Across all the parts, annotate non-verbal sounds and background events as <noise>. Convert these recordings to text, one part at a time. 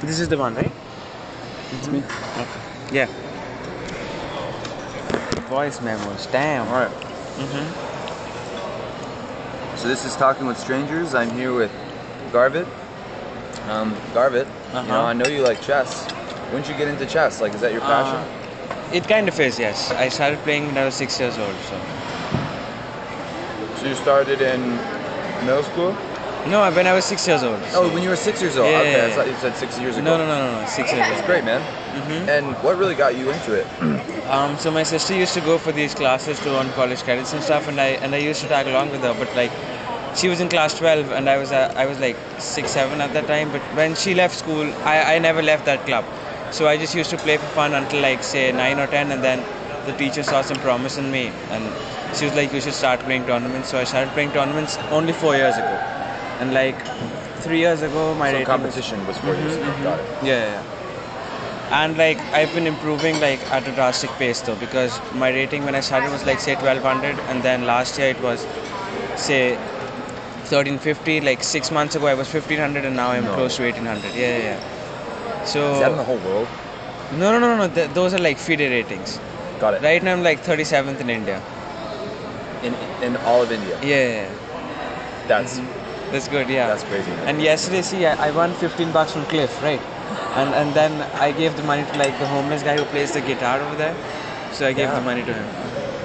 This is the one, right? It's me. Okay. Yeah. Voice memos. Damn. All right. Mm-hmm. So this is talking with strangers. I'm here with Garvit. Um, Garvit, you know, Uh-huh. Uh, I know you like chess. When did you get into chess? Like, is that your passion? It kind of is, yes. I started playing when I was six years old. So. so you started in middle school? No, when I was six years old. Oh, when you were six years old. Yeah, okay, yeah, I yeah. thought you said six years ago. No, no, no, no, no. Six years old. It's great, man. Mm-hmm. And what really got you into it? Um, so my sister used to go for these classes to earn college credits and stuff, and I and I used to tag along with her. But like, she was in class 12, and I was uh, I was like six, seven at that time. But when she left school, I, I never left that club. So I just used to play for fun until like say nine or ten, and then the teacher saw some promise in me, and she was like, you should start playing tournaments. So I started playing tournaments only four years ago, and like three years ago my so rating was- competition was for you. Mm-hmm, Got it. yeah, yeah, yeah. And like I've been improving like at a drastic pace though because my rating when I started was like say 1200 and then last year it was say 1350 like 6 months ago I was 1500 and now I'm No. close to 1800. Yeah, yeah. yeah. So Is that in the whole world? No, no, no, no, th- those are like FIDE ratings. Got it. Right now I'm like 37th in India. In, in all of India. Yeah, yeah. That's yeah. That's good, yeah. that's crazy. Man. And yesterday, see, I, I won 15 bucks from Cliff, right? And and then I gave the money to like the homeless guy who plays the guitar over there. So I gave Yeah. the money to him.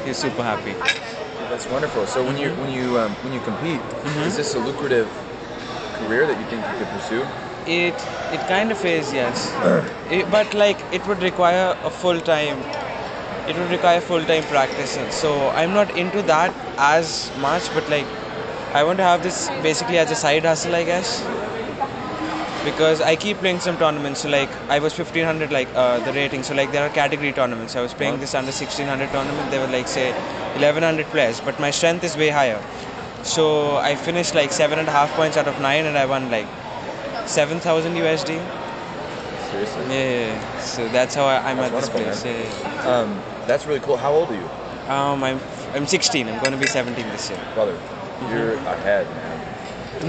He's super happy. That's wonderful. So when you Mm-hmm. when you um, when you compete, is this a lucrative career that you think you could pursue? It it kind of is, yes. It- but like it would require a full time. It would require full time practice, and so I'm not into that as much. But like, I want to have this basically as a side hustle, I guess. because I keep playing some tournaments. So like I was 1500 like uh, the rating. So like there are category tournaments. I was playing this under 1600 tournament. There were like say 1100 players, but my strength is way higher. So I finished like seven and a half points out of nine, and I won like 7,000 USD. Seriously. Yeah, yeah, yeah. So that's how I, I'm That's at this wonderful, place. Yeah, yeah. Um, that's really cool. How old are you, Um, I'm I'm 16. I'm going to be 17 this year. brother? Mm-hmm. You're ahead, man.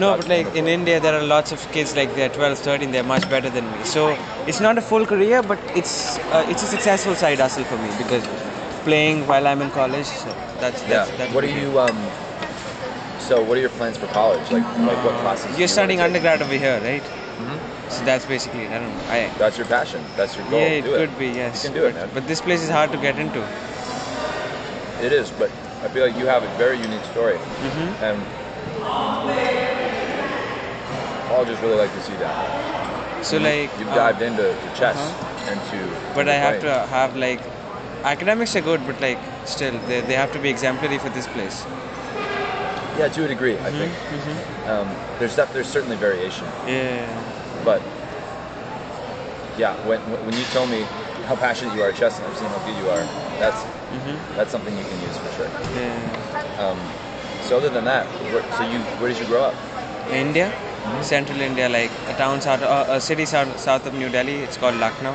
No, That's but like in wonderful. India, there are lots of kids like they're 12, 13. They're much better than me. So it's not a full career, but it's uh, it's a successful side hustle for me because playing while I'm in college. So that's that's yeah. That's what are would be you? Um, so what are your plans for college? Like, like what classes? do good. you You're studying wanna take? undergrad over here, right? Mm-hmm. So that's basically it. I don't know. I, That's your passion. That's your goal. yeah, it do could be yes. You can do it, but, man. but this place is hard to get into. It is, but I feel like you have a very unique story, Mm-hmm. and colleges really like to see that. So like Mm-hmm. You've uh, dived into to chess uh-huh. and to. But I have playing. to have like academics are good, but like still they, they have to be exemplary for this place. Yeah, to a degree, Mm-hmm, I think. Um, there's def- there's certainly variation, Yeah. but yeah, when when you tell me how passionate you are at chess and I've seen how good you are, that's Mm-hmm. that's something you can use for sure. Yeah. Um, so other than that, where, so you where did you grow up? India, central India, like a town south, uh, a city south, south of New Delhi. It's called Lucknow.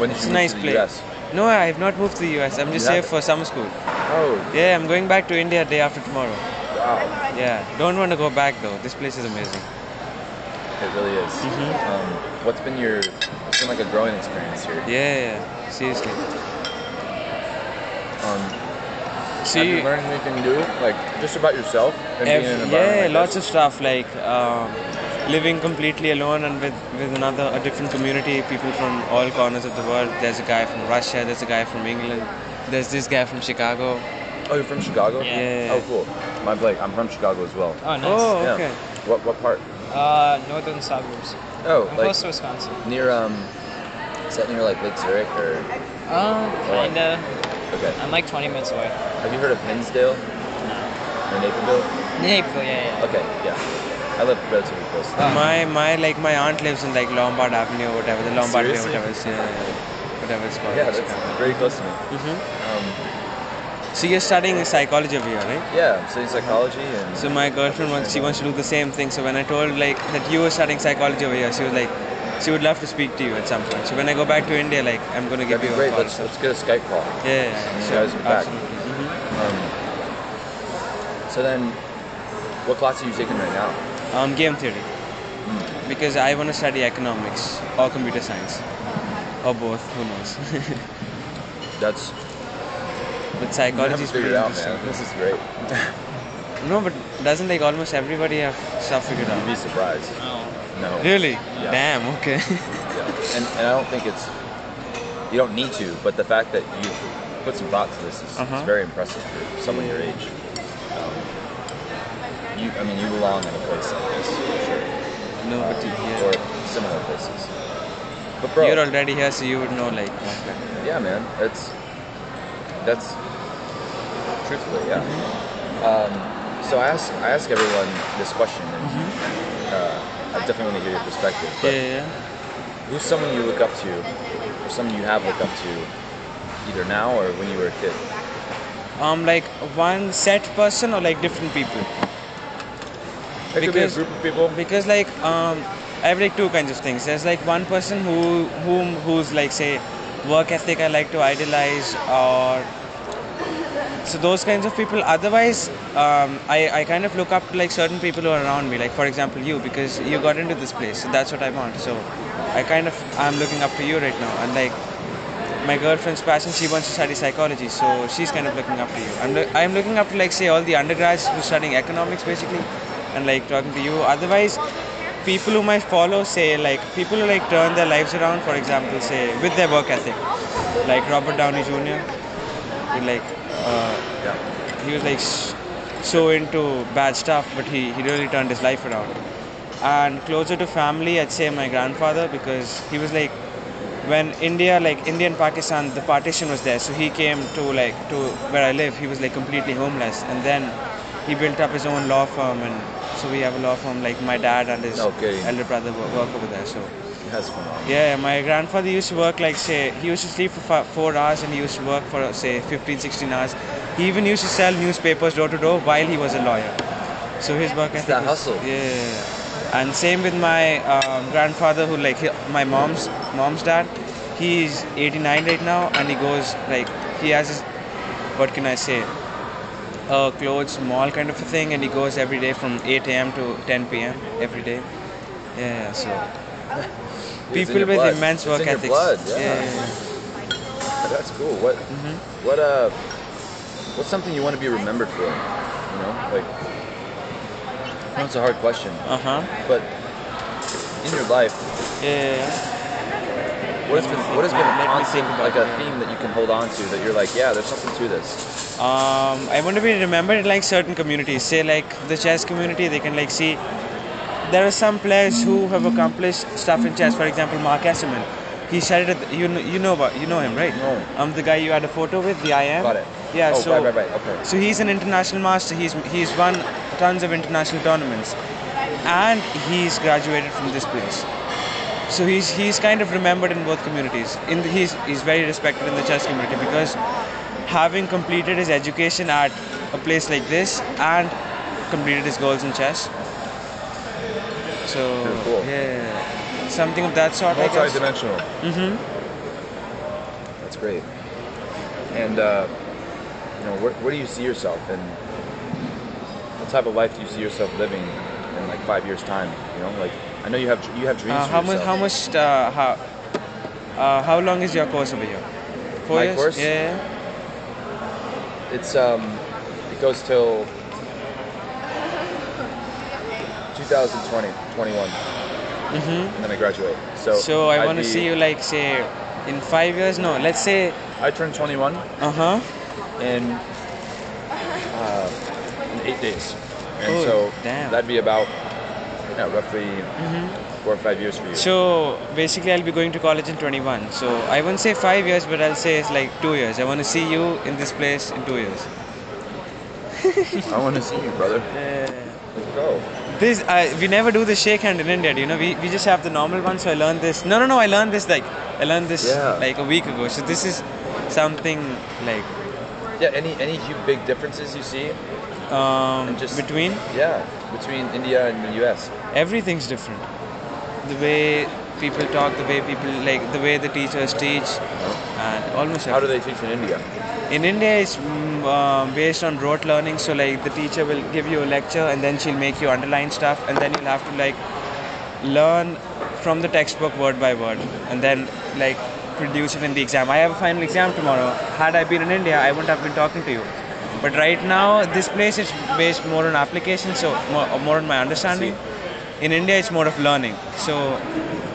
When did It's you a nice move to place. the US? No, I have not moved to the US. I'm just You here haven't? for summer school. Oh, Yeah, I'm going back to India day after tomorrow. wow. Yeah, don't want to go back though. This place is amazing. It really is. Mm-hmm. Um, what's been your? It's been like a growing experience here. Yeah, seriously. Um, have See, you learned anything new, like just about yourself and being in an ev- environment yeah, like lots this? of stuff like um, living completely alone and with with another a different community, people from all corners of the world. There's a guy from Russia. There's a guy from England. There's this guy from Chicago. Oh, you're from Chicago? Yeah. Oh, cool. My Blake, I'm from Chicago as well. Oh, nice. Oh, yeah. okay. What what part? Uh, northern suburbs. Oh, I'm like close to Wisconsin. near um, is that near like Lake Zurich or? Uh, Alright. kinda. Okay. I'm like 20 minutes away. Have you heard of Hinsdale or Naperville? Naperville, yeah, yeah. Okay, yeah. I live relatively close. To that. My my like my aunt lives in like Lombard Avenue or whatever the Lombard Way Seriously? whatever it's, yeah, whatever it's called. Yeah, that's very close to me. hmm Um, So you're studying psychology over here, right? yeah, I'm studying psychology and. So my girlfriend wants she wants to do the same thing. So when I told like that you were studying psychology over here, she was like, she would love to speak to you at some point. So when I go back to India, like I'm gonna give That'd be you great. a call. Let's, so- let's get a Skype call. yeah, yeah, yeah. you sure, guys are back. absolutely. Mhm. Um, so then, what class are you taking right now? Um, game theory. because I want to study economics or computer science or both. Who knows? <laughs> That's but you have psychology to is figure pretty it out, interesting. man. This is great. No, but doesn't like almost everybody have stuff figured You'd be out? surprised. Oh. No. Really? Yeah. Damn. Okay. <laughs> Yeah. And, and I don't think it's you don't need to, but the fact that you put some thought to this is, Uh-huh. is very impressive for someone your age. Um, you, I mean, you belong in a place like this, for sure, no, but you- yeah. or similar places. But bro, You're already here, so you would know like. what's that. yeah, man, that's that's truthfully, yeah. Mm-hmm. Um, so I ask I ask everyone this question, and uh, I definitely want to hear your perspective. But Mm-hmm. Yeah, yeah. Who's someone you look up to, or someone you have looked up to, either now or when you were a kid? Um, like one set person or like different people. It could be a Because- group of people. because like um, I have like two kinds of things. There's like one person who whom who's like say work ethic I like to idolize or so those kinds of people. Otherwise, um, I I kind of look up to like certain people who are around me. Like for example you because you got into this place. So that's what I want. So I kind of I'm looking up to you right now and like. My girlfriend's passion, she wants to study psychology, so she's kind of looking up to you. I'm, loo- I'm looking up to, like, say, all the undergrads who are studying economics, basically, and, like, talking to you. Otherwise, people whom I follow say, like, people who, like, turn their lives around, for example, say, with their work ethic. Like, Robert Downey Jr., who, like, uh, Yeah. he was, like, s- so into bad stuff, but he, he really turned his life around. And closer to family, I'd say my grandfather, because he was, like, when India, like India and Pakistan, the partition was there. So he came to like to where I live. He was like completely homeless, and then he built up his own law firm, and so we have a law firm. Like my dad and his No kidding. elder brother wo- work over there. So That's phenomenal. yeah, my grandfather used to work like say he used to sleep for fi- four hours, and he used to work for say 15, 16 hours. He even used to sell newspapers door to door while he was a lawyer. So his work ethic. that was- hustle. Yeah. And same with my um, grandfather, who like he- my mom's mom's dad. He's 89 right now, and he goes like he has his what can I say? A clothes mall kind of a thing, and he goes every day from 8 a.m. to 10 p.m. every day. Yeah. So It's in people your with blood. immense It's work in your ethics. blood, yeah. yeah. Mm-hmm. That's cool. What? What? Uh, what's something you want to be remembered for? You know, like. I know it's a hard question, Uh huh. but in your life, Yeah. what has been what has been Let me a think constant, about like a it. theme that you can hold on to that you're like, yeah, there's something to this. Um, I want to be remembered in like certain communities. Say like the chess community, they can like see there are some players who have accomplished stuff in chess. For example, Mark Esserman. He started. At the, you know, you know about you know him, right? No. I'm the guy you had a photo with. The I am. Got it. Yeah. Oh, so right, right, right. Okay. So he's an international master. He's he's won tons of international tournaments, and he's graduated from this place. So he's he's kind of remembered in both communities. In the, he's he's very respected in the chess community because having completed his education at a place like this and completed his goals in chess. So Pretty cool. yeah, something of that sort. I guess. Multi-dimensional. Mm-hmm. That's great. And uh, you know, where, where do you see yourself, and what type of life do you see yourself living in like five years' time? You know, like I know you have you have dreams. Uh, for how much? How yourself. much? Uh, how? Uh, how long is your course over here? Four My years. course? Yeah. It's um, it goes till 2020, 21, Mm-hmm. and then I graduate. So So I I'd want to be- see you like say in five years. No, let's say. I turn 21 Uh huh. in uh, in eight days, and Cool. so Damn. Mm-hmm. that'd be about you know roughly four or five years for you. So basically, I'll be going to college in 21. So I won't say five years, but I'll say it's like two years. I want to see you in this place in two years. I want to see you, brother. Let's go. This I we never do the shake hand in India. do You know, we, we just have the normal one. So I learned this. No, no, no. I learned this like I learned this Yeah. like a week ago. So this is something like Yeah. Any any huge big differences you see? um, And just- between Yeah, between India and the U.S. everything's different. The way people talk, the way people like the way the teachers teach, and almost How do everything. they teach in India? in India it's mm, um, based on rote learning. So like the teacher will give you a lecture and then she'll make you underline stuff, and then you'll have to like learn from the textbook word by word and then like produce it in the exam. I have a final exam tomorrow. Had I been in India, I wouldn't have been talking to you. But right now, this place is based more on application, so more, more on my understanding. In India, it's more of learning. So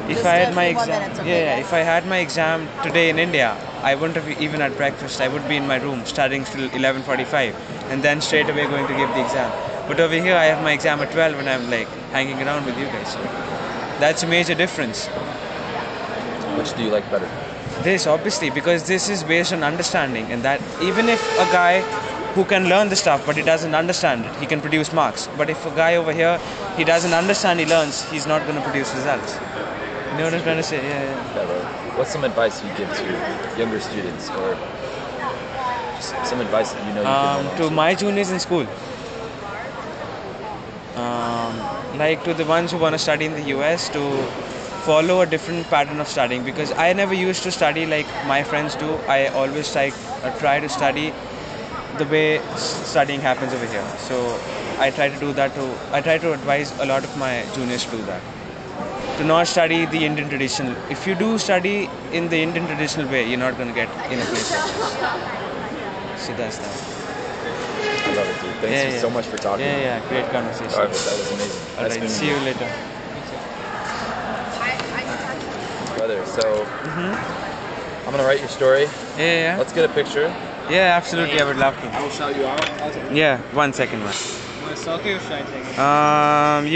if Just I had a my few more exam, minutes, okay, yeah, yeah, guys? if I had my exam today in India, I wouldn't have even had breakfast. I would be in my room studying till 11:45, and then straight away going to give the exam. But over here, I have my exam at 12, and I'm like hanging around with you guys. So that's a major difference. Which do you like better? This obviously because this is based on understanding, and that even if a guy who can learn the stuff but he doesn't understand it, he can produce marks. But if a guy over here he doesn't understand, he learns, he's not going to produce results. You know what I'm trying to say? Yeah, yeah. better? What's some advice you give to younger students, or s- some advice that you know you can Um, hold to on my juniors in school, um, like to the ones who want to study in the US, to follow a different pattern of studying because I never used to study like my friends do. I always like uh, try to study the way s- studying happens over here. So I try to do that to I try to advise a lot of my juniors to do that. To not study the Indian traditional. If you do study in the Indian traditional way, you're not going to get in a place like this. So that's that. I love it, dude. Thanks Yeah, you yeah. so much for talking. Yeah, yeah, great conversation. Arvid, that was amazing. All Nice right, meeting see you later. brother. So I'm gonna write your story. Yeah, yeah, Let's get a picture. yeah. Yeah, absolutely. I would love to. I will shout you out. Yeah, one second, man. Want to stalk you or should I take it? Um,